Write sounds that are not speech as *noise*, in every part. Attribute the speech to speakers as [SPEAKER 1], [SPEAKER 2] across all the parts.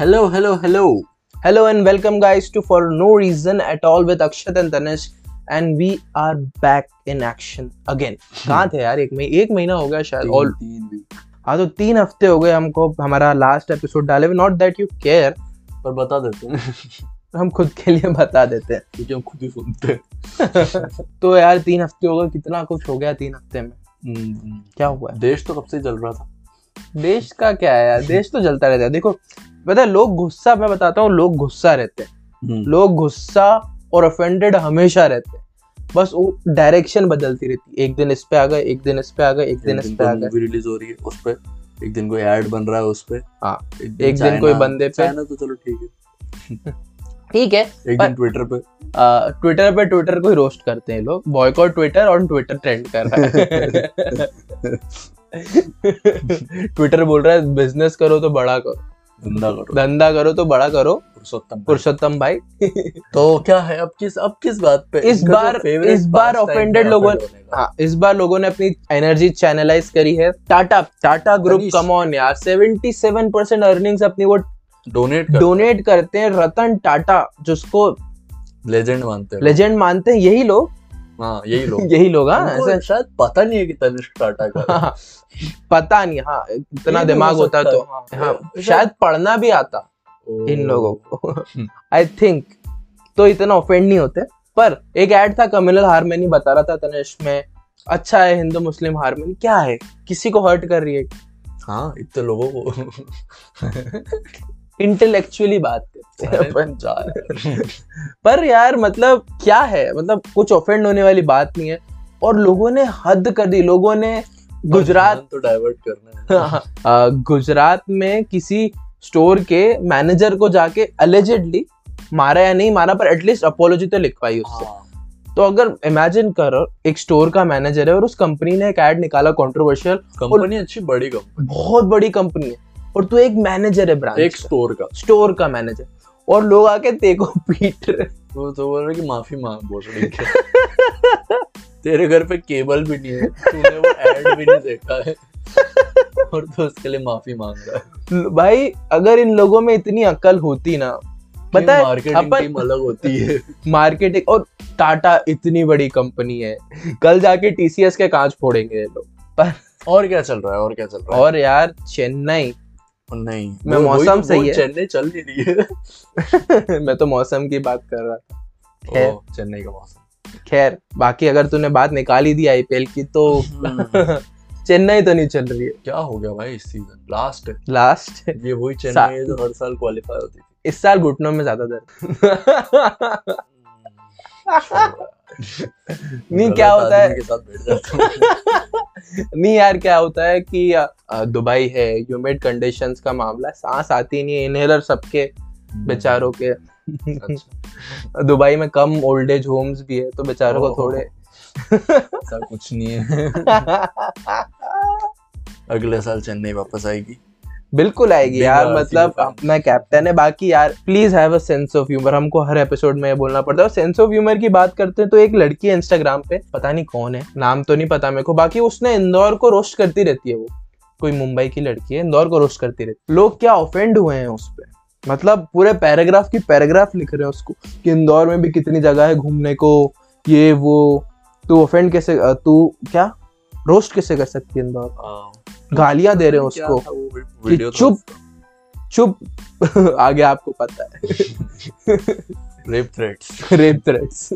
[SPEAKER 1] Hello, hello, hello. Hello and welcome guys to For No Reason at All with Akshat and Tanish and we are back in action again. कहाँ थे यार एक महीने एक महीना हो गया शायद और हाँ तो तीन हफ्ते हो गए हमको हमारा लास्ट एपिसोड डाले हुए नॉट दैट यू केयर
[SPEAKER 2] पर बता देते हैं *laughs*
[SPEAKER 1] हम खुद के लिए बता देते हैं
[SPEAKER 2] क्योंकि हम खुद ही सुनते
[SPEAKER 1] तो यार तीन हफ्ते हो गए कितना कुछ हो गया तीन हफ्ते में
[SPEAKER 2] हैं
[SPEAKER 1] क्या हुआ है
[SPEAKER 2] देश तो कब से चल रहा था
[SPEAKER 1] देश का क्या है यार देश तो जलता रहता है देखो पता है लोग गुस्सा मैं बताता हूँ लोग गुस्सा रहते हैं लोग गुस्सा और ऑफेंडेड हमेशा रहते हैं बस वो डायरेक्शन बदलती रहती है एक दिन इस पे आ गए एक दिन इस पे आ गए एक दिन
[SPEAKER 2] एक
[SPEAKER 1] इस
[SPEAKER 2] दिन तो
[SPEAKER 1] पे आ
[SPEAKER 2] कोई
[SPEAKER 1] गए
[SPEAKER 2] मूवी रिलीज हो रही है उस पे एक दिन कोई ऐड बन रहा है उस पे
[SPEAKER 1] हाँ, एक दिन कोई बंदे पे-
[SPEAKER 2] चाइना तो चलो ठीक है
[SPEAKER 1] ठीक है
[SPEAKER 2] एक
[SPEAKER 1] पर-
[SPEAKER 2] दिन ट्विटर पे
[SPEAKER 1] ट्विटर पे ट्विटर को ही रोस्ट करते हैं लोग बॉयकॉट ट्विटर और ट्विटर ट्रेंड कर *laughs* रहा है ट्विटर बोल रहा है बिजनेस करो तो बड़ा करो
[SPEAKER 2] धंधा करो
[SPEAKER 1] धंधा करो तो बड़ा करो
[SPEAKER 2] पुरुषोत्तम भाई।
[SPEAKER 1] पुरुषोत्तम भाई
[SPEAKER 2] तो क्या है अब किस अब किस बात पे
[SPEAKER 1] इस
[SPEAKER 2] इनका जो
[SPEAKER 1] बार-
[SPEAKER 2] favorite
[SPEAKER 1] इस बार
[SPEAKER 2] pastime है
[SPEAKER 1] offended लोगों-
[SPEAKER 2] offend होने का।
[SPEAKER 1] हाँ इस बार लोगों ने अपनी एनर्जी चैनलाइज करी है Tata Tata group
[SPEAKER 2] Tanishq.
[SPEAKER 1] Come on यार 77 परसेंट अर्निंग्स अपनी वो
[SPEAKER 2] डोनेट कर
[SPEAKER 1] डोनेट करते हैं रतन टाटा जिसको
[SPEAKER 2] लेजेंड मानते हैं
[SPEAKER 1] लेजेंड मानते हैं यही लोग
[SPEAKER 2] हाँ यही लोग
[SPEAKER 1] यही लोग *laughs* हाँ
[SPEAKER 2] उनको
[SPEAKER 1] ऐसे
[SPEAKER 2] शायद पता नहीं है कि तनिष्क टाटा का
[SPEAKER 1] हाँ, पता नहीं हाँ इतना
[SPEAKER 2] ये भी
[SPEAKER 1] दिमाग
[SPEAKER 2] हो
[SPEAKER 1] होता
[SPEAKER 2] सकता
[SPEAKER 1] तो
[SPEAKER 2] है। हम्म।
[SPEAKER 1] हाँ,
[SPEAKER 2] ये-
[SPEAKER 1] शायद पढ़ना भी आता इन लोगों को आई थिंक तो इतना ऑफेंड नहीं होते पर एक ऐड था कम्युनल हारमोनी बता रहा था तनिष में अच्छा है हिंदू मुस्लिम हारमोनी क्या है किसी को हर्ट कर रही है
[SPEAKER 2] हाँ इतने लोगों को
[SPEAKER 1] इंटेलेक्चुअली बात करते हैं
[SPEAKER 2] अरे
[SPEAKER 1] अपन पर यार मतलब क्या है मतलब कुछ ऑफेंड होने वाली बात नहीं है और लोगों ने हद कर दी लोगों ने गुजरात
[SPEAKER 2] ध्यान तो डाइवर्ट करना है
[SPEAKER 1] हाँ, अ, गुजरात में किसी स्टोर के मैनेजर को जाके अलेजेडली मारा या नहीं मारा पर एटलीस्ट अपोलॉजी तो लिखवाई उससे
[SPEAKER 2] हाँ,
[SPEAKER 1] तो अगर इमेजिन करो एक स्टोर का मैनेजर है और उस कंपनी ने एक ऐड निकाला कंट्रोवर्शियल
[SPEAKER 2] कंपनी अच्छी बड़ी कंपनी
[SPEAKER 1] बहुत बड़ी कंपनी है और तू एक मैनेजर है
[SPEAKER 2] एक
[SPEAKER 1] ब्रांच
[SPEAKER 2] स्टोर का
[SPEAKER 1] स्टोर का मैनेजर और लोग आके तेको पीट रहे
[SPEAKER 2] वो तो बोल रहा है कि माफी मांग बोल रहा है, ठीक है तेरे घर पे केबल भी नहीं है तूने वो ऐड भी नहीं देखा है और तो उसके लिए माफी मांग रहा है
[SPEAKER 1] भाई अगर इन लोगों में इतनी अकल होती ना पता है
[SPEAKER 2] मार्केटिंग
[SPEAKER 1] अपन-
[SPEAKER 2] टीम अलग होती है
[SPEAKER 1] मार्केटिंग और टाटा इतनी बड़ी कंपनी है कल जाके टीसीएस के कांच फोड़ेंगे ये लोग
[SPEAKER 2] और क्या चल रहा है और क्या चल रहा है
[SPEAKER 1] और यार चेन्नई *laughs*
[SPEAKER 2] और नहीं
[SPEAKER 1] मैं
[SPEAKER 2] वो-
[SPEAKER 1] मौसम
[SPEAKER 2] वही तो
[SPEAKER 1] सही
[SPEAKER 2] बोल,
[SPEAKER 1] है।
[SPEAKER 2] चेन्नई चल नहीं रही है
[SPEAKER 1] मैं तो मौसम की बात कर रहा था खैर।
[SPEAKER 2] ओह, चेन्नई का मौसम
[SPEAKER 1] खैर बाकी अगर तूने बात निकाल ही दी आईपीएल की तो
[SPEAKER 2] हम्म,
[SPEAKER 1] *laughs* चेन्नई तो नहीं चल रही है
[SPEAKER 2] क्या हो गया भाई इस सीजन लास्ट है
[SPEAKER 1] लास्ट
[SPEAKER 2] ये वही
[SPEAKER 1] सा-
[SPEAKER 2] चेन्नई है जो हर साल क्वालिफाई होती थी
[SPEAKER 1] इस साल घुटनों में ज्यादा *laughs* दर्द नहीं क्या
[SPEAKER 2] गलत
[SPEAKER 1] होता है
[SPEAKER 2] आदमी के साथ बैठ जाता हूँ।
[SPEAKER 1] नहीं यार क्या होता है कि अ, अ, दुबई है ह्यूमिड कंडीशंस का मामला है, सांस आती नहीं है इनहेलर सबके
[SPEAKER 2] *laughs*
[SPEAKER 1] बेचारों के
[SPEAKER 2] अच्छा,
[SPEAKER 1] दुबई में कम ओल्ड एज होम्स भी है तो बेचारों को
[SPEAKER 2] ओहो।
[SPEAKER 1] थोड़े
[SPEAKER 2] ऐसा कुछ नहीं *laughs* है अगले साल चेन्नई वापस आएगी
[SPEAKER 1] बिल्कुल आएगी
[SPEAKER 2] Big
[SPEAKER 1] यार
[SPEAKER 2] R
[SPEAKER 1] मतलब
[SPEAKER 2] सीधे fans।
[SPEAKER 1] अपना कैप्टन है बाकी यार please have a sense of humour हमको हर एपिसोड में ये बोलना पड़ता है और सेंस ऑफ ह्यूमर की बात करते हैं तो एक लड़की है इंस्टाग्राम पे पता नहीं कौन है नाम तो नहीं पता मेरे को बाकी उसने इंदौर को रोस्ट करती रहती है वो कोई मुंबई की लड़की है इंदौर को रोस्ट करती रहती है लोग क्या ऑफेंड हुए हैं उस पर मतलब पूरे पैराग्राफ की पैराग्राफ लिख रहे हैं उसको कि इंदौर में भी कितनी जगह है घूमने को ये वो तू ऑफेंड कैसे अ, तू क्या रोस्ट कैसे कर सकती है इंदौर गालियां दे रहे हैं
[SPEAKER 2] हाँ। क्या
[SPEAKER 1] उसको
[SPEAKER 2] था वो वी-
[SPEAKER 1] कि
[SPEAKER 2] वीडियो तो था
[SPEAKER 1] चुप चुप *laughs* आगे आपको पता है
[SPEAKER 2] रेप थ्रेट्स
[SPEAKER 1] *laughs* रेप थ्रेट्स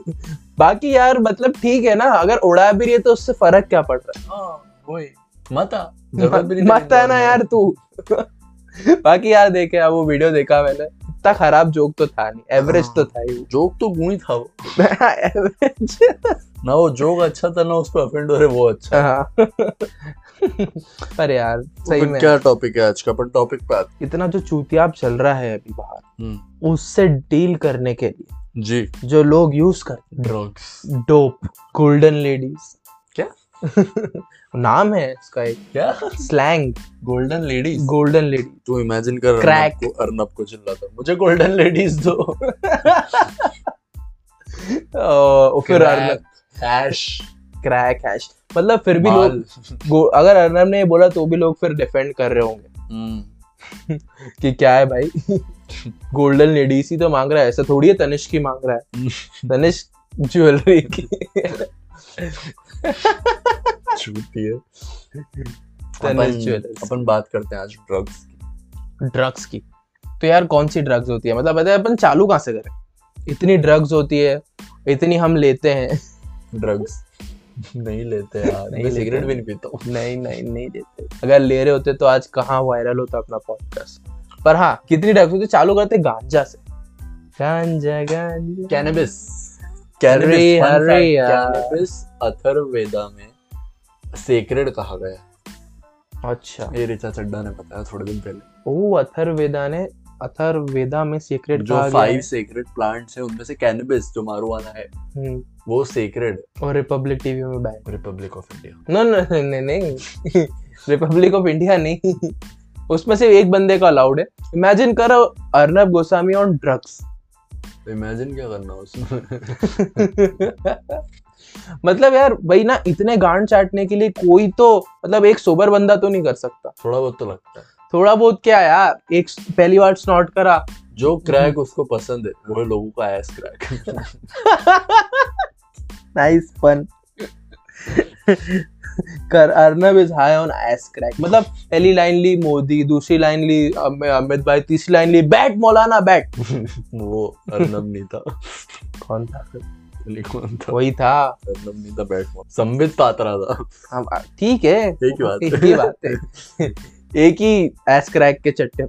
[SPEAKER 1] बाकी यार मतलब ठीक है ना अगर उड़ा भी रही है तो उससे फर्क क्या पड़ रहा
[SPEAKER 2] हाँ, वही मत आ *laughs*
[SPEAKER 1] है
[SPEAKER 2] जरूरत भी नहीं
[SPEAKER 1] मत है ना यार तू *laughs* बाकी यार देखे यार, वो वीडियो देखा मैंने इतना खराब जोक तो था नहीं एवरेज तो था *laughs* ही
[SPEAKER 2] जोक तो गूं ही था वो
[SPEAKER 1] एवरेज
[SPEAKER 2] ना वो जोक अच्छा था ना उस पर अफेंड हो रहे वो अच्छा
[SPEAKER 1] *laughs* पर यार सही
[SPEAKER 2] अपन
[SPEAKER 1] में
[SPEAKER 2] क्या टॉपिक है आज का अपन टॉपिक पे आते
[SPEAKER 1] इतना जो चूतियाब चल रहा है अभी बाहर
[SPEAKER 2] हम्म,
[SPEAKER 1] उससे डील करने के लिए
[SPEAKER 2] जी
[SPEAKER 1] जो लोग यूज करते हैं
[SPEAKER 2] ड्रग्स
[SPEAKER 1] डोप गोल्डन लेडीज
[SPEAKER 2] क्या?
[SPEAKER 1] *laughs* नाम है इसका एक
[SPEAKER 2] क्या
[SPEAKER 1] slang
[SPEAKER 2] golden ladies
[SPEAKER 1] golden lady
[SPEAKER 2] तू इमेजिन कर
[SPEAKER 1] Crack.
[SPEAKER 2] अर्नब को अर्नब को चिल्लाता मुझे गोल्डन लेडीज दो
[SPEAKER 1] फिर अर्नब
[SPEAKER 2] हैश
[SPEAKER 1] क्रैक हैश *laughs*
[SPEAKER 2] हम्म।
[SPEAKER 1] मतलब फिर भी लोग गो- अगर अर्नब ने ये बोला तो भी लोग फिर डिफेंड कर रहे होंगे कि क्या है भाई गोल्डन लेडीज ही तो मांग रहा है ऐसा थोड़ी है तनिष्क की मांग रहा है तनिष्क ज्वेलरी की
[SPEAKER 2] छूती
[SPEAKER 1] *laughs*
[SPEAKER 2] है
[SPEAKER 1] Tennis
[SPEAKER 2] अपन
[SPEAKER 1] jewelers.
[SPEAKER 2] अपन बात करते हैं आज ड्रग्स
[SPEAKER 1] ड्रग्स की तो यार कौन सी ड्रग्स होती है मतलब बताए अपन चालू कहाँ से करें इतनी ड्रग्स होती है इतनी हम लेते हैं
[SPEAKER 2] ड्रग्स नहीं लेते यार
[SPEAKER 1] नहीं
[SPEAKER 2] मैं
[SPEAKER 1] लेते।
[SPEAKER 2] सिगरेट भी नहीं पीता हूँ
[SPEAKER 1] नहीं नहीं नहीं लेते अगर ले रहे होते तो आज कहाँ वायरल होता अपना पॉडकास्ट पर हाँ कितनी ड्रग्स होती है? चालू करते गांजा से गांजा गांजा
[SPEAKER 2] कैनबिस
[SPEAKER 1] अरे, अरे यार।
[SPEAKER 2] कैनबिस अथर्ववेदा में सेक्रेड कहा गया है।
[SPEAKER 1] अच्छा
[SPEAKER 2] ये ऋचा चड्डा ने बताया थोड़े दिन पहले
[SPEAKER 1] ओ अथर्वेदा ने अथर्वेदा में सीक्रेट
[SPEAKER 2] जो फाइव सेक्रेड प्लांट्स हैं उनमें से कैनबिस जो मारुआना है वो सेक्रेड
[SPEAKER 1] हम्म, और रिपब्लिक टीवी में ban
[SPEAKER 2] Republic of India
[SPEAKER 1] no no नहीं नहीं रिपब्लिक ऑफ इंडिया नहीं उसमें से एक बंदे का अलाउड है इमेजिन करो Arnab Goswami on drugs
[SPEAKER 2] imagine तो क्या करना उसमें *laughs*
[SPEAKER 1] *laughs* मतलब यार भाई ना इतने गांड चाटने के लिए कोई तो मतलब एक सोबर बंदा तो नहीं कर सकता
[SPEAKER 2] थोड़ा बहुत तो लगता है
[SPEAKER 1] थोड़ा बहुत क्या यार एक पहली बार स्नॉट करा *laughs*
[SPEAKER 2] जो क्रैक उसको पसंद है वो है लोगों का एस क्रैक
[SPEAKER 1] नाइस फन कर Arnab is high on ass crack मतलब पहली लाइन ली मोदी दूसरी लाइन ली अम- अमित भाई तीसरी लाइन ली बैट मौलाना बैट
[SPEAKER 2] *laughs* वो अर्नब नहीं था
[SPEAKER 1] कौन था
[SPEAKER 2] नहीं कौन था
[SPEAKER 1] वही था
[SPEAKER 2] अर्नब नहीं था बैट बॉल संबित पात्रा था
[SPEAKER 1] हम हाँ, ठीक है
[SPEAKER 2] एक ही बात है।
[SPEAKER 1] एक ही बात है एक ही एस क्रैक के चट्टे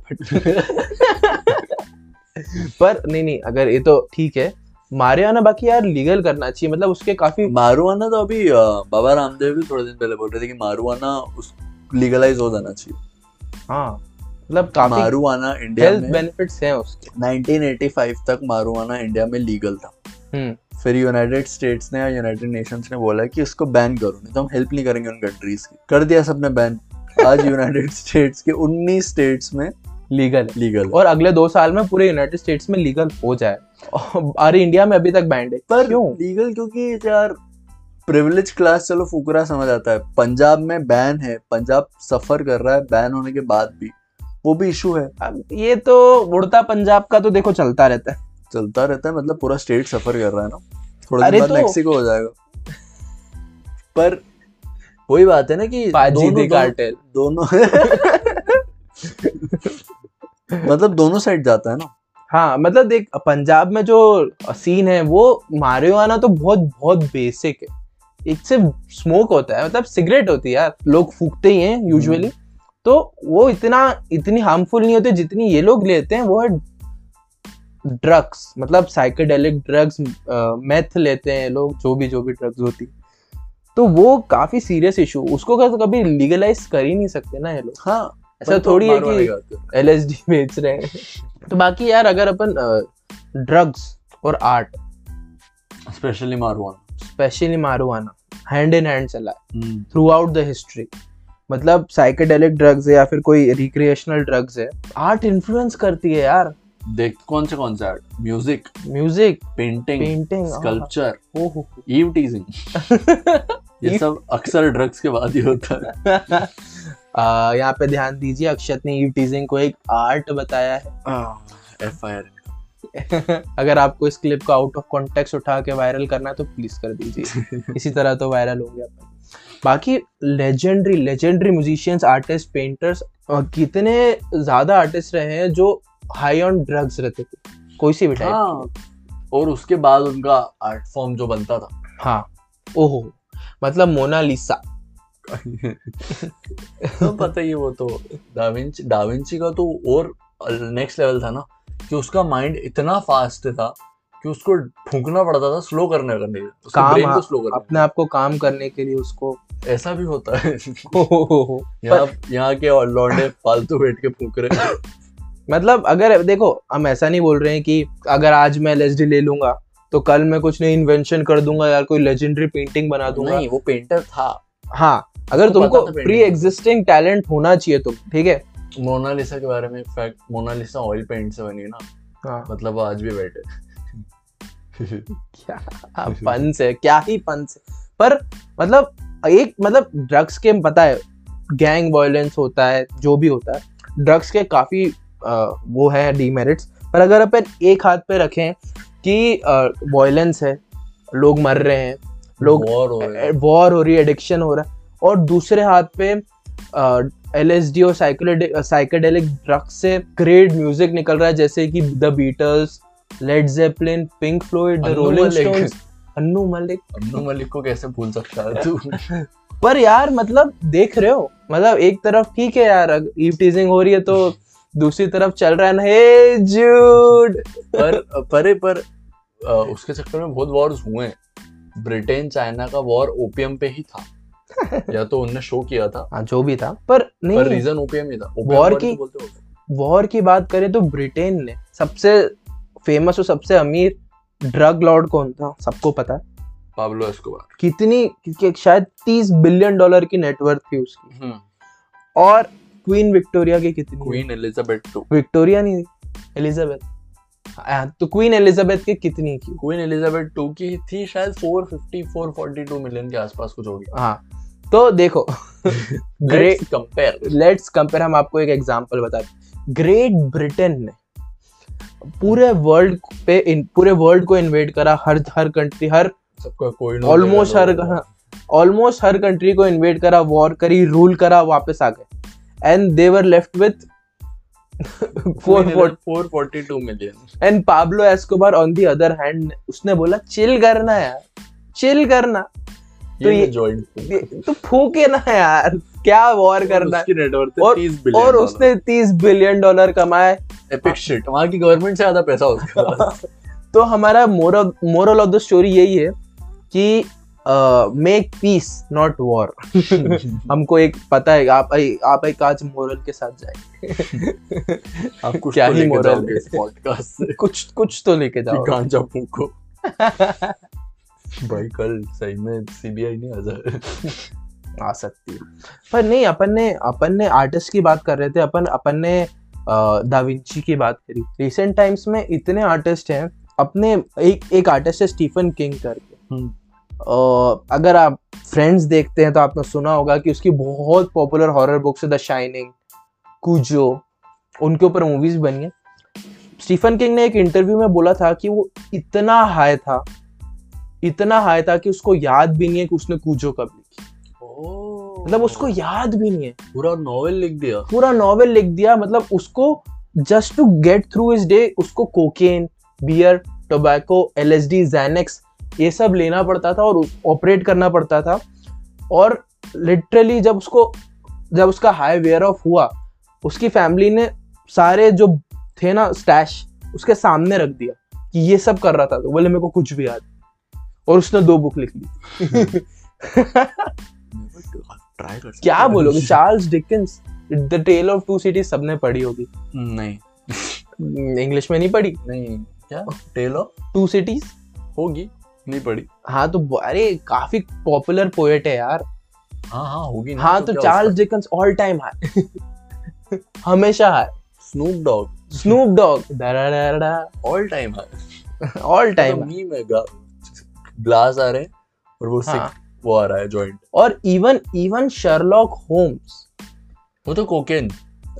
[SPEAKER 1] पर नहीं नहीं अगर ये तो ठीक है मारे आना बाकी यार लीगल करना चाहिए मतलब उसके काफी
[SPEAKER 2] मारुआना तो अभी अ, बाबा रामदेव भी थोड़े दिन पहले बोल रहे थे कि मारुआना उस लीगलाइज हो जाना चाहिए
[SPEAKER 1] हाँ मतलब काफी
[SPEAKER 2] मारुआना इंडिया
[SPEAKER 1] हेल्थ
[SPEAKER 2] में
[SPEAKER 1] बेनिफिट्स हैं उसके
[SPEAKER 2] 1985 तक मारुआना इंडिया में लीगल था
[SPEAKER 1] हम्म
[SPEAKER 2] फिर यूनाइटेड स्टेट्स ने या यूनाइटेड नेशंस ने बोला कि इसको बैन करो नहीं तो हम हेल्प नहीं करेंगे उन कंट्रीज की कर दिया सबने बैन
[SPEAKER 1] *laughs*
[SPEAKER 2] आज यूनाइटेड स्टेट्स के 19 स्टेट्स में
[SPEAKER 1] लीगल है
[SPEAKER 2] लीगल
[SPEAKER 1] और अगले दो साल में पूरे यूनाइटेड स्टेट्स में लीगल हो जाए और अरे इंडिया में अभी तक बैंड है
[SPEAKER 2] पर
[SPEAKER 1] क्यों
[SPEAKER 2] लीगल क्योंकि यार प्रिविलेज क्लास चलो फुकरा समझ आता है पंजाब में बैन है पंजाब सफर कर रहा है बैन होने के बाद भी वो भी इशू है
[SPEAKER 1] अब ये तो उड़ता पंजाब का तो देखो चलता रहता है
[SPEAKER 2] चलता रहता है मतलब पूरा स्टेट सफर कर रहा है ना थोड़ा
[SPEAKER 1] अरे
[SPEAKER 2] दिन बाद
[SPEAKER 1] तो-
[SPEAKER 2] मेक्सिको हो जाएगा पर वही बात है ना कि
[SPEAKER 1] पाजी
[SPEAKER 2] दोनों तो
[SPEAKER 1] दे
[SPEAKER 2] दोनों,
[SPEAKER 1] कार्टेल
[SPEAKER 2] दोनों मतलब दोनों साइड जाता है ना
[SPEAKER 1] हाँ मतलब देख पंजाब में जो सीन है वो मारिजुआना तो बहुत बहुत बेसिक है एक सिर्फ स्मोक होता है मतलब सिगरेट होती है यार लोग फूकते ही हैं यूजुअली तो वो इतना इतनी हार्मफुल नहीं होती जितनी ये लोग लेते हैं वो है ड्रग्स मतलब साइकेडेलिक ड्रग्स मेथ लेते हैं लोग जो भी जो भी ड्रग्स होती है। तो वो काफी सीरियस इशू उसको कभी- कभी लीगलाइज कर ही नहीं सकते ना ये लोग
[SPEAKER 2] हाँ पर तो
[SPEAKER 1] ऐसा अच्छा, थोड़ी है
[SPEAKER 2] मारवाड़ी
[SPEAKER 1] कि
[SPEAKER 2] गाते हैं।
[SPEAKER 1] एल *laughs* बेच रहे हैं तो बाकी यार अगर अपन ड्रग्स और art
[SPEAKER 2] specially marijuana
[SPEAKER 1] specially marijuana hand in hand चला है
[SPEAKER 2] हम्म,
[SPEAKER 1] थ्रू आउट द हिस्ट्री मतलब साइकेडेलिक ड्रग्स है या फिर कोई रिक्रिएशनल ड्रग्स है आर्ट इन्फ्लुएंस करती है यार
[SPEAKER 2] देख कौन से कौन सा music
[SPEAKER 1] music
[SPEAKER 2] painting
[SPEAKER 1] painting
[SPEAKER 2] sculpture
[SPEAKER 1] ओ हाँ, हो *laughs* हो।
[SPEAKER 2] ईव टीजिंग ये
[SPEAKER 1] Eve-
[SPEAKER 2] सब अक्सर ड्रग्स के बाद ही होता है
[SPEAKER 1] आ, यहाँ पे ध्यान दीजिए अक्षत ने ईव टीजिंग को एक आर्ट बताया है
[SPEAKER 2] हाँ, एफ आई आर
[SPEAKER 1] *laughs* अगर आपको इस क्लिप को आउट ऑफ कॉन्टेक्स्ट उठा के वायरल करना है तो प्लीज कर दीजिए इसी तरह तो वायरल हो गया बाकी legendary legendary musicians artist painters कितने ज्यादा आर्टिस्ट रहे हैं जो हाई ऑन ड्रग्स रहते थे कोई सी भी टाइप
[SPEAKER 2] हाँ और उसके बाद उनका आर्ट फॉर्म जो बनता *laughs* था
[SPEAKER 1] हाँ ओहो मतलब मोनालिसा
[SPEAKER 2] तो पता ही है वो तो डाविंची डाविंची का तो और नेक्स्ट लेवल था ना कि उसका माइंड इतना फास्ट था कि उसको फूकना पड़ता था स्लो करने करने के लिए। उसके
[SPEAKER 1] काम,
[SPEAKER 2] ब्रेन को
[SPEAKER 1] हाँ,
[SPEAKER 2] स्लो करने
[SPEAKER 1] अपने आप को काम करने के लिए उसको
[SPEAKER 2] के लिए। ऐसा भी होता है
[SPEAKER 1] ओहो
[SPEAKER 2] यहाँ यहाँ के और लौंडे फालतू बैठ के फूक रहे हैं।
[SPEAKER 1] मतलब अगर देखो हम ऐसा नहीं बोल रहे हैं कि अगर आज मैं एल ले लूंगा तो कल मैं कुछ नई इन्वेंशन कर दूंगा यार कोई लेजेंडरी पेंटिंग बना दूंगा
[SPEAKER 2] नहीं वो पेंटर था
[SPEAKER 1] हाँ अगर
[SPEAKER 2] उसको
[SPEAKER 1] तुमको
[SPEAKER 2] पता था
[SPEAKER 1] प्री
[SPEAKER 2] painting।
[SPEAKER 1] एग्जिस्टिंग टैलेंट होना चाहिए तुम ठीक है
[SPEAKER 2] मोनालिसा के बारे में फैक्ट मोनालिसा ऑयल पेंट से बनी है ना मतलब वो आज भी बैठे
[SPEAKER 1] क्या पंच हाँ, है क्या ही पंच है पर मतलब एक मतलब ड्रग्स के पता है गैंग वायलेंस होता है जो भी होता है ड्रग्स के काफ़ी वो है डीमेरिट्स पर अगर अपन एक हाथ पे रखें कि वॉयलेंस है लोग मर रहे हैं लोग
[SPEAKER 2] वॉर हो रहे हैं
[SPEAKER 1] वॉर हो रही है एडिक्शन हो रहा है और दूसरे हाथ पे एल एस डी और साइकेडेलिक ड्रग्स से ग्रेट म्यूजिक निकल रहा है जैसे कि the Beatles Led Zeppelin Pink Floyd the
[SPEAKER 2] Annu
[SPEAKER 1] rolling
[SPEAKER 2] Malik.
[SPEAKER 1] Stones Annu Malik
[SPEAKER 2] Annu Malik को कैसे भूल सकता है तू
[SPEAKER 1] पर यार मतलब देख रहे हो मतलब एक तरफ ठीक है यार ईव टीजिंग हो रही है तो दूसरी तरफ चल रहा है ना हे जूड
[SPEAKER 2] पर परे पर अ, उसके चक्कर में बहुत वॉर्स हुए हैं ब्रिटेन चाइना का वॉर ओपीएम पे ही था या तो उनने शो किया था
[SPEAKER 1] हाँ जो भी था पर
[SPEAKER 2] पर
[SPEAKER 1] नहीं
[SPEAKER 2] रीजन ओपीएम ही था Opium
[SPEAKER 1] War
[SPEAKER 2] war
[SPEAKER 1] की-
[SPEAKER 2] तो बोलते हो
[SPEAKER 1] वॉर की बात करें तो ब्रिटेन ने सबसे फेमस और सबसे अमीर ड्रग लॉर्ड कौन था सबको पता है
[SPEAKER 2] पाब्लो एस्कोबार
[SPEAKER 1] कितनी कि- शायद 30 बिलियन डॉलर की नेटवर्थ थी उसकी और क्वीन विक्टोरिया की कितनी
[SPEAKER 2] क्वीन एलिजाबेथ टू
[SPEAKER 1] विक्टोरिया नहीं एलिजाबेथ हाँ, तो क्वीन एलिजाबेथ की कितनी की
[SPEAKER 2] क्वीन एलिजाबेथ टू की थी शायद 450 442 मिलियन के आसपास कुछ होगी
[SPEAKER 1] हाँ तो देखो great
[SPEAKER 2] great compare
[SPEAKER 1] let's compare हम आपको एक एग्जांपल बताते हैं। ग्रेट ब्रिटेन ने पूरे वर्ल्ड पे इन, पूरे वर्ल्ड को इन्वेट करा हर हर कंट्री हर
[SPEAKER 2] सबका कोई ना
[SPEAKER 1] ऑलमोस्ट हर हाँ,
[SPEAKER 2] कोई-
[SPEAKER 1] ऑलमोस्ट हर कंट्री को इन्वेट करा वॉर करी रूल करा वापस आ गए and they were left *laughs* with four four
[SPEAKER 2] 442 million
[SPEAKER 1] and Pablo Escobar on the other hand उसने बोला चिल करना यार चिल करना तो
[SPEAKER 2] ये
[SPEAKER 1] ये-
[SPEAKER 2] जॉइंट
[SPEAKER 1] तो फूके ना यार क्या वॉर करना है
[SPEAKER 2] उसकी नेटवर्थ
[SPEAKER 1] और-
[SPEAKER 2] 30 बिलियन
[SPEAKER 1] और उसने 30 बिलियन डॉलर कमाए
[SPEAKER 2] एपिक शिट वहां की गवर्नमेंट से ज्यादा पैसा उसके पास
[SPEAKER 1] तो हमारा मोरल ऑफ द स्टोरी यही है कि मेक पीस नॉट वॉर
[SPEAKER 2] *laughs*
[SPEAKER 1] हमको एक पता है आप आप एक आज मोरल के साथ जाए
[SPEAKER 2] आप कुछ
[SPEAKER 1] क्या
[SPEAKER 2] तो
[SPEAKER 1] ही
[SPEAKER 2] लेके
[SPEAKER 1] moral
[SPEAKER 2] जाओगे
[SPEAKER 1] है।
[SPEAKER 2] इस पॉडकास्ट से
[SPEAKER 1] कुछ कुछ तो लेके
[SPEAKER 2] कि *laughs*
[SPEAKER 1] जाओ
[SPEAKER 2] गांजा फूको भाई कल सही में सीबीआई नहीं आ जाए
[SPEAKER 1] आ सकती है पर नहीं अपन ने अपन ने आर्टिस्ट की बात कर रहे थे अपन अपन ने अ, दाविंची की बात करी रिसेंट टाइम्स में इतने आर्टिस्ट हैं अपने एक एक आर्टिस्ट है स्टीफन किंग करके
[SPEAKER 2] हम्म।
[SPEAKER 1] अ, अगर आप फ्रेंड्स देखते हैं तो आपने सुना होगा कि उसकी बहुत पॉपुलर हॉरर बुक्स है द शाइनिंग कुजो उनके ऊपर मूवीज बनी है स्टीफन किंग ने एक इंटरव्यू में बोला था कि वो इतना हाई था इतना हाई था कि उसको याद भी नहीं है कि उसने कुजो कब लिखी मतलब उसको याद भी नहीं है
[SPEAKER 2] पूरा नॉवेल लिख दिया
[SPEAKER 1] पूरा नॉवेल लिख दिया मतलब उसको just to get through is day उसको cocaine beer tobacco LSD Xanax ये सब लेना पड़ता था और ऑपरेट करना पड़ता था और लिटरली जब उसको जब उसका हाई वेयर ऑफ हुआ उसकी फैमिली ने सारे जो थे ना स्टैश उसके सामने रख दिया कि ये सब कर रहा था तो बोले मेरे को कुछ भी याद और उसने दो बुक लिख ली
[SPEAKER 2] ट्राई कर *laughs*
[SPEAKER 1] क्या बोलोगे Charles Dickens the Tale of Two Cities सबने पढ़ी होगी
[SPEAKER 2] नहीं
[SPEAKER 1] इंग्लिश हम्म, में नहीं पढ़ी
[SPEAKER 2] नहीं क्या टेल ऑफ
[SPEAKER 1] टू सिटीज
[SPEAKER 2] होगी नहीं पड़ी
[SPEAKER 1] हाँ तो ब- अरे काफी पॉपुलर पोएट है यार
[SPEAKER 2] हाँ हाँ होगी नहीं,
[SPEAKER 1] हाँ तो
[SPEAKER 2] क्या
[SPEAKER 1] Charles Dickens all time high *laughs* हमेशा हाई
[SPEAKER 2] उसका- Snoop Dogg
[SPEAKER 1] Snoop Dogg *laughs*
[SPEAKER 2] all time है
[SPEAKER 1] ऑल
[SPEAKER 2] टाइम
[SPEAKER 1] टाइम
[SPEAKER 2] मीम तो है ग्लास आ रहे हैं और वो
[SPEAKER 1] हाँ।
[SPEAKER 2] सिक वो आ रहा है जॉइंट
[SPEAKER 1] और इवन इवन शर्लॉक होम्स
[SPEAKER 2] वो तो कोकेन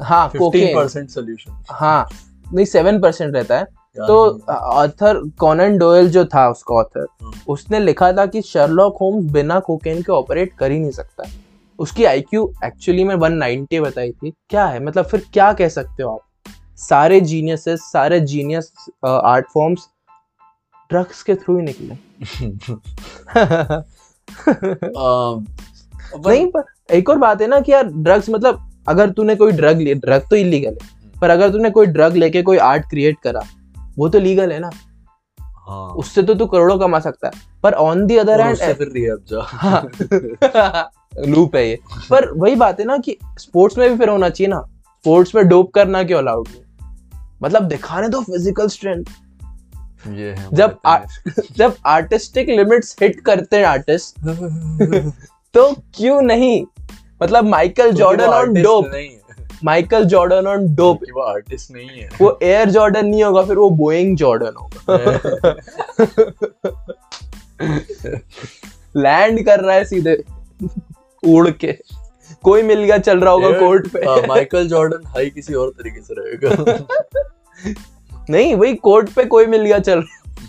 [SPEAKER 1] हाँ
[SPEAKER 2] 15%
[SPEAKER 1] कोकेन
[SPEAKER 2] परसेंट सोल्यूशन
[SPEAKER 1] हाँ नहीं सेवन परसेंट रहता है तो ऑथर कॉनन डोयल जो था उसका ऑथर
[SPEAKER 2] हम्म।
[SPEAKER 1] उसने लिखा था कि शर्लॉक होम्स बिना कोकेन के ऑपरेट कर ही नहीं सकता उसकी आईक्यू एक्चुअली में 190 बताई थी क्या है मतलब फिर क्या कह सकते हो आप सारे जीनियसेस सारे जीनियस आर्ट फॉर्म्स ड्रग्स के थ्रू ही निकले *laughs* नहीं पर एक और बात है ना कि यार ड्रग्स मतलब अगर तूने कोई ड्रग लिया ड्रग तो इलीगल है पर अगर तूने कोई ड्रग लेके कोई आर्ट क्रिएट करा वो तो लीगल है ना
[SPEAKER 2] हाँ
[SPEAKER 1] उससे तो तू करोड़ों कमा सकता है पर ऑन दी अदर
[SPEAKER 2] और उससे
[SPEAKER 1] हैंड
[SPEAKER 2] फिर रिहैब जा *laughs*
[SPEAKER 1] लूप हाँ। है ये पर वही बात है ना कि स्पोर्ट्स में भी फिर होना चाहिए ना स्पोर्ट्स में डोप करना क्यों अलाउड नहीं मतलब दिखाने दो फिजिकल स्ट्रेंथ
[SPEAKER 2] ये है
[SPEAKER 1] जब
[SPEAKER 2] हमारा
[SPEAKER 1] आ-
[SPEAKER 2] *laughs*
[SPEAKER 1] जब आर्टिस्टिक लिमिट्स हिट करते हैं आर्टिस्ट
[SPEAKER 2] तनिष्क।
[SPEAKER 1] तो क्यों नहीं मतलब माइकल
[SPEAKER 2] क्योंकि
[SPEAKER 1] जॉर्डन
[SPEAKER 2] वो
[SPEAKER 1] ऑन
[SPEAKER 2] artist
[SPEAKER 1] डोप
[SPEAKER 2] नहीं है
[SPEAKER 1] माइकल जॉर्डन ऑन डोप
[SPEAKER 2] क्योंकि वो आर्टिस्ट नहीं है *laughs*
[SPEAKER 1] वो एयर जॉर्डन नहीं होगा फिर वो बोइंग जॉर्डन होगा लैंड कर रहा है सीधे *laughs* उड़ के कोई मिल गया चल रहा होगा कोर्ट
[SPEAKER 2] हाँ, uh,
[SPEAKER 1] पे
[SPEAKER 2] माइकल जॉर्डन हाई किसी और तरीके से
[SPEAKER 1] *laughs*
[SPEAKER 2] रहेगा
[SPEAKER 1] नहीं वही कोर्ट पे कोई मिल गया चल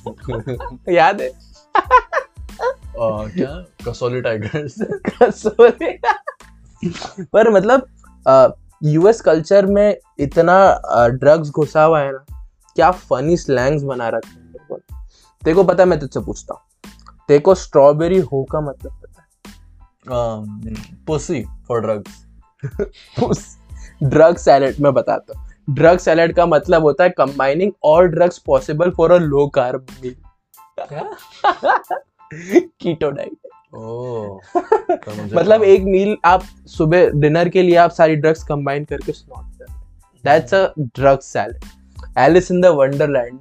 [SPEAKER 1] रहा याद है
[SPEAKER 2] आ, Uh, क्या कसौली टाइगर्स
[SPEAKER 1] कसोरे पर मतलब यूएस कल्चर में इतना ड्रग्स घुसा हुआ है ना क्या फनी स्लैंग्स बना रखे हैं लोगों ने। तेरे को पता है मैं तुझसे पूछता हूँ तेरे को स्ट्रॉबेरी हो का मतलब पता
[SPEAKER 2] Um, पुसी फॉर ड्रग्स
[SPEAKER 1] है उस ड्रग सैलेड में बताता हूँ ड्रग सैलेड का मतलब होता है combining all drugs possible for a low carb *laughs*
[SPEAKER 2] क्या?
[SPEAKER 1] मील कीटो डाइट *laughs*
[SPEAKER 2] ओ
[SPEAKER 1] मतलब एक मील आप सुबह डिनर के लिए आप सारी ड्रग्स कंबाइन करके स्नॉट कर that's a drug salad Alice in the *laughs* Wonderland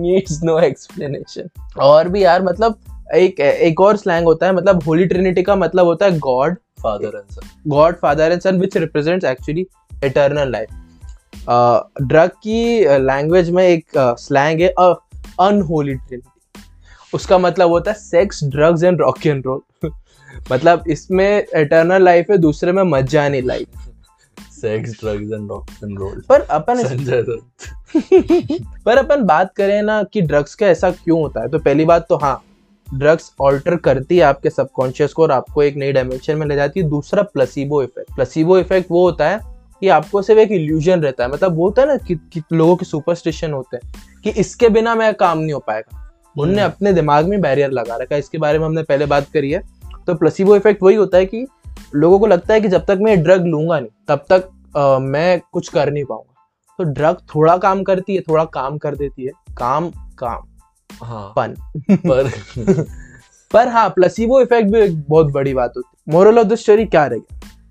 [SPEAKER 1] needs no explanation और भी यार मतलब एक एक और स्लैंग होता है मतलब होली ट्रिनिटी का मतलब होता है God
[SPEAKER 2] father and son
[SPEAKER 1] God father and son which represents actually eternal life drug Uh, की लैंग्वेज में एक स्लैंग है अनहोली ट्रिनिटी उसका मतलब होता है sex drugs and rock and roll *laughs* मतलब इसमें इटर्नल लाइफ है दूसरे में मजा नहीं life
[SPEAKER 2] sex drugs and rocks and roll
[SPEAKER 1] पर अपन इस-
[SPEAKER 2] संजय दत्त
[SPEAKER 1] पर अपन बात करें ना कि ड्रग्स का ऐसा क्यों होता है तो पहली बात तो हाँ ड्रग्स ऑल्टर करती है आपके सबकॉन्शियस को और आपको एक नई डायमेंशन में ले जाती है दूसरा प्लसीबो इफेक्ट प्लसीबो इफेक्ट वो होता है कि आपको सिर्फ एक इल्यूजन रहता है मतलब वो होता है ना कि, कि लोगों के सुपरस्टिशन होते हैं कि इसके बिना मैं काम नहीं हो पाएगा उनने अपने दिमाग में बैरियर लगा रखा है इसके बारे में हमने पहले बात करी है तो प्लसीबो इफेक्ट वही होता है कि लोगों को लगता है कि जब तक मैं ड्रग लूंगा नहीं तब तक अ, मैं कुछ कर नहीं पाऊंगा तो ड्रग थोड़ा काम करती है थोड़ा काम कर देती है काम काम
[SPEAKER 2] हाँ
[SPEAKER 1] पन *laughs*
[SPEAKER 2] पर
[SPEAKER 1] पर हाँ प्लसीबो इफेक्ट भी एक बहुत बड़ी बात होती है मोरल ऑफ द स्टोरी क्या रह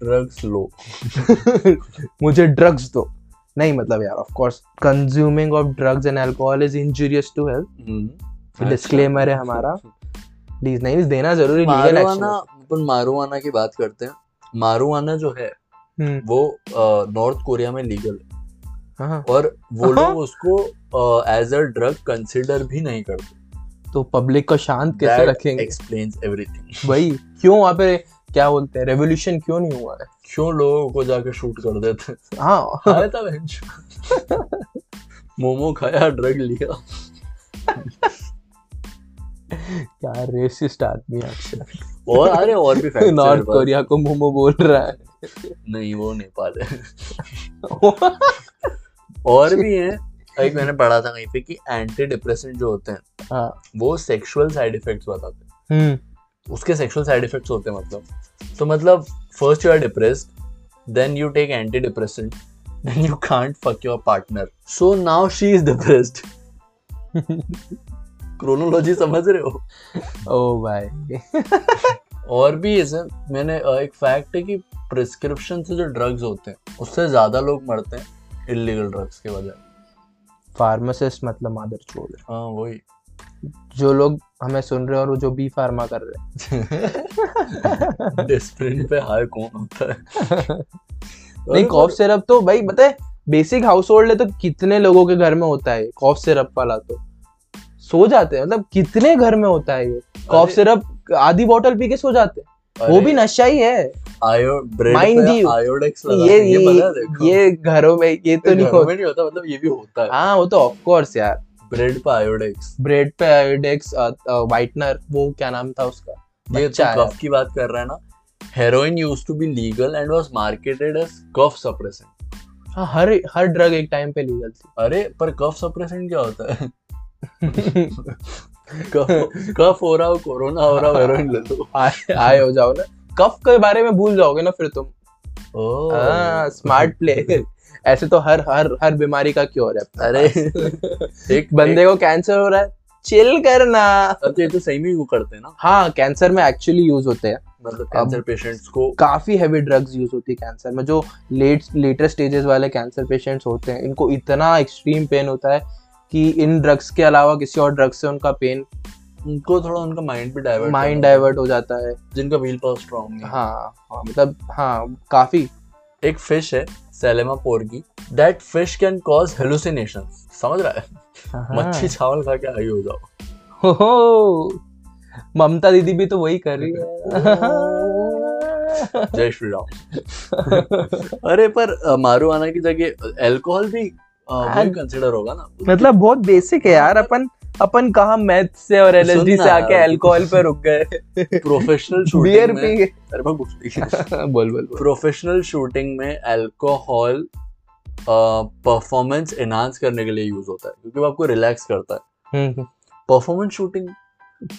[SPEAKER 2] ड्रग्स लो
[SPEAKER 1] गया *laughs* मुझे ड्रग्स दो नहीं मतलब यार of course consuming of drugs and alcohol is injurious to health
[SPEAKER 2] hmm.
[SPEAKER 1] अच्छा। Disclaimer है हमारा। प्लीज नहीं देना जरूरी लीगल
[SPEAKER 2] मारुआना अपन मारुआना की बात करते हैं मारुआना जो है
[SPEAKER 1] एक्शन
[SPEAKER 2] वो नॉर्थ कोरिया में लीगल है
[SPEAKER 1] हम्म, हाँ
[SPEAKER 2] और वो
[SPEAKER 1] हाँ।
[SPEAKER 2] लोग उसको एज अ ड्रग कंसिडर भी नहीं करते
[SPEAKER 1] तो पब्लिक को शांत कैसे रखेंगे
[SPEAKER 2] एक्सप्लेन्स एवरीथिंग
[SPEAKER 1] भाई क्यों वहाँ पे क्या बोलते हैं रेवोल्यूशन क्यों नहीं हुआ है
[SPEAKER 2] क्यों लोगों को जाके शूट कर देते
[SPEAKER 1] *laughs* हाँ
[SPEAKER 2] आया था बेंच मोमो खाया ड्रग
[SPEAKER 1] *laughs*
[SPEAKER 2] लिया
[SPEAKER 1] क्या रेसिस्ट आदमी है अक्षय
[SPEAKER 2] और अरे और भी facts हैं मेरे
[SPEAKER 1] नॉर्थ
[SPEAKER 2] पास।
[SPEAKER 1] कोरिया को मोमो बोल रहा है
[SPEAKER 2] नहीं वो नेपाल है और भी है एक मैंने पढ़ा था कहीं पे कि एंटी डिप्रेसेंट जो होते हैं
[SPEAKER 1] *laughs* हाँ।
[SPEAKER 2] वो सेक्सुअल साइड इफेक्ट्स बताते हैं तो
[SPEAKER 1] हम्म
[SPEAKER 2] उसके सेक्सुअल साइड इफेक्ट्स होते हैं मतलब तो मतलब first you are depressed then you take antidepressant then you can't fuck your partner so now she is depressed chronology समझ रहे हो
[SPEAKER 1] ओ भाई
[SPEAKER 2] और भी ऐसे मैंने अ, एक फैक्ट है कि प्रिस्क्रिप्शन से जो ड्रग्स होते हैं उससे ज्यादा लोग मरते हैं इलीगल ड्रग्स के वजह
[SPEAKER 1] फार्मासिस्ट मतलब मादर चोद
[SPEAKER 2] हाँ वही *laughs*
[SPEAKER 1] जो लोग हमें सुन रहे हैं और वो जो बी फार्मा कर
[SPEAKER 2] *laughs*
[SPEAKER 1] रहे हैं
[SPEAKER 2] डिस्प्रिन पे हाई कौन होता है
[SPEAKER 1] नहीं कॉफ सिरप तो भाई बताए बेसिक हाउस होल्ड है तो कितने लोगों के घर में होता है कॉफ सिरप वाला तो सो जाते हैं मतलब कितने घर में होता है ये कॉफ सिरप आधी बोतल पी के सो जाते हैं वो भी नशा ही है
[SPEAKER 2] आयो ब्रेड
[SPEAKER 1] Mind
[SPEAKER 2] पे
[SPEAKER 1] you,
[SPEAKER 2] आयोडेक्स लगा
[SPEAKER 1] ये
[SPEAKER 2] ये पता है
[SPEAKER 1] ये,
[SPEAKER 2] देखो
[SPEAKER 1] ये घरों में ये तो नहीं
[SPEAKER 2] घरों
[SPEAKER 1] होता
[SPEAKER 2] में नहीं होता मतलब ये भी होता है
[SPEAKER 1] हाँ वो तो ऑफ कोर्स यार
[SPEAKER 2] ब्रेड पे आयोडेक्स
[SPEAKER 1] ब्रेड पे आयोडेक्स वाइटनर वो क्या नाम था उसका
[SPEAKER 2] ये
[SPEAKER 1] बच्चा
[SPEAKER 2] तो
[SPEAKER 1] अच्छा है।
[SPEAKER 2] कफ की बात कर रहा है ना heroin used to be legal and was marketed as cough suppressant
[SPEAKER 1] हाँ हर हर ड्रग एक टाइम पे लीगल
[SPEAKER 2] *laughs* अरे पर कफ सप्रेसेंट क्या होता है *laughs*
[SPEAKER 1] थी *laughs*
[SPEAKER 2] कफ कफ हो रहा हो कोरोना हो रहा हो हेरोइन ले लो
[SPEAKER 1] आए आए हो जाओ ना कफ के बारे में भूल जाओगे ना फिर तुम
[SPEAKER 2] ओह।
[SPEAKER 1] हाँ स्मार्ट प्ले ऐसे तो हर हर हर बीमारी का क्योर *laughs* है अपने
[SPEAKER 2] *laughs* अरे
[SPEAKER 1] पास।
[SPEAKER 2] एक
[SPEAKER 1] बंदे को कैंसर हो रहा है चिल करना
[SPEAKER 2] एक- ये तो सही में वो करते हैं ना
[SPEAKER 1] हाँ कैंसर में एक्चुअली यूज होते हैं
[SPEAKER 2] मतलब
[SPEAKER 1] अब-
[SPEAKER 2] कैंसर पेशेंट्स को
[SPEAKER 1] काफी हैवी ड्रग्स यूज होती है कैंसर में जो लेट लेटर स्टेजेस वाले कैंसर पेशेंट्स होते हैं इनको इतना एक्सट्रीम पेन होता है कि इन ड्रग्स के अलावा किसी और ड्रग से उनका पेन
[SPEAKER 2] उनको थोड़ा उनका माइंड भी डाइवर्ट
[SPEAKER 1] माइंड डाइवर्ट हो जाता है
[SPEAKER 2] जिनका व्हील पावर स्ट्रांग नहीं है।
[SPEAKER 1] हाँ हाँ मतलब हाँ काफी
[SPEAKER 2] एक फिश है salema porgy that fish can cause hallucination समझ रहा है
[SPEAKER 1] हाँ।
[SPEAKER 2] मच्छी चावल खा के आई हो जाओ
[SPEAKER 1] हो हो। ममता दीदी भी तो वही कर रही है
[SPEAKER 2] जय श्री राम अरे पर मारुआना की जगह अल्कोहल भी अ, वही
[SPEAKER 1] And-
[SPEAKER 2] कंसिडर होगा ना
[SPEAKER 1] मतलब बहुत बेसिक है यार अपन अपन कहा मैथ से और
[SPEAKER 2] सुनना
[SPEAKER 1] एलएसडी से
[SPEAKER 2] यार।
[SPEAKER 1] आके अल्कोहल पे रुक गए
[SPEAKER 2] *laughs* प्रोफेशनल शूटिंग
[SPEAKER 1] बियर
[SPEAKER 2] तो में
[SPEAKER 1] पी
[SPEAKER 2] अरे मैं कुछ-
[SPEAKER 1] बोल बोल बोल
[SPEAKER 2] प्रोफेशनल शूटिंग में अल्कोहल परफॉर्मेंस एनहांस करने के लिए यूज होता है क्योंकि वो आपको रिलैक्स करता है
[SPEAKER 1] हम्म, हम्म।
[SPEAKER 2] परफॉर्मेंस शूटिंग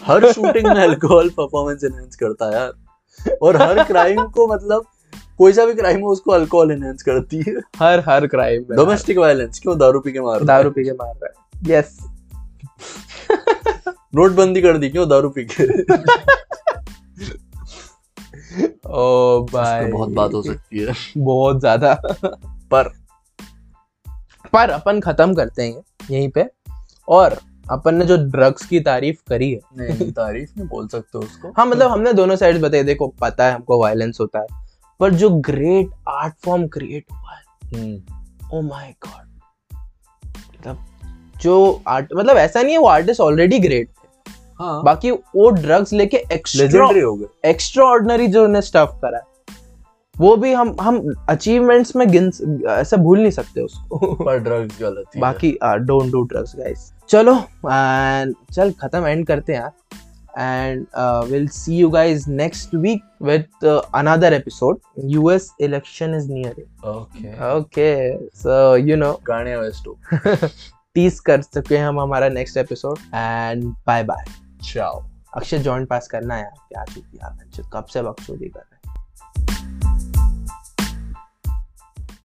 [SPEAKER 2] हर शूटिंग में अल्कोहल परफॉर्मेंस एनहेंस करता है यार और हर क्राइम को मतलब कोई सा भी क्राइम हो उसको अल्कोहल एनहेंस करती *laughs* है
[SPEAKER 1] हर हर क्राइम में यार।
[SPEAKER 2] डोमेस्टिक वायलेंस क्यों दारू पी के मार रहा है?
[SPEAKER 1] दारू पी के मार रहा है यस
[SPEAKER 2] नोटबंदी कर दी क्यों दारू पी के इस
[SPEAKER 1] ओ भाई
[SPEAKER 2] पे बहुत बात हो सकती है
[SPEAKER 1] बहुत ज्यादा
[SPEAKER 2] पर-
[SPEAKER 1] पर अपन खत्म करते हैं यहीं पे और अपन ने जो ड्रग्स की तारीफ करी है
[SPEAKER 2] नहीं तारीफ नहीं बोल सकते उसको
[SPEAKER 1] हाँ मतलब हमने दोनों साइड बताई देखो पता है हमको वायलेंस होता है पर जो ग्रेट आर्ट फॉर्म क्रिएट हुआ है
[SPEAKER 2] हम्म,
[SPEAKER 1] ओ माय गॉड मतलब जो आर्ट मतलब ऐसा नहीं है वो आर्टिस्ट ऑलरेडी ग्रेट थे
[SPEAKER 2] हाँ
[SPEAKER 1] बाकी वो ड्रग्स लेके एक्स्ट्रा
[SPEAKER 2] लेजेंडरी हो गए
[SPEAKER 1] एक्स्ट्रा ऑर्डनरी जो उन्हें स्टफ करा है वो भी हम हम अचीवमेंट्स में गिन ऐसा भूल नहीं सकते उसको
[SPEAKER 2] पर ड्रग्स गलत है
[SPEAKER 1] बाकी uh, don't do drugs guys चलो एंड चल खत्म एंड करते हैं यार uh, and will see you guys next week with another episode US election is nearing
[SPEAKER 2] okay
[SPEAKER 1] okay so you know
[SPEAKER 2] गाने वेस्ट हो
[SPEAKER 1] टीज कर चुके हैं हम हमारा next episode and bye bye
[SPEAKER 2] ciao
[SPEAKER 1] Akshay joint पास करना है यार क्या चुकी यार कब से बकचोदी कर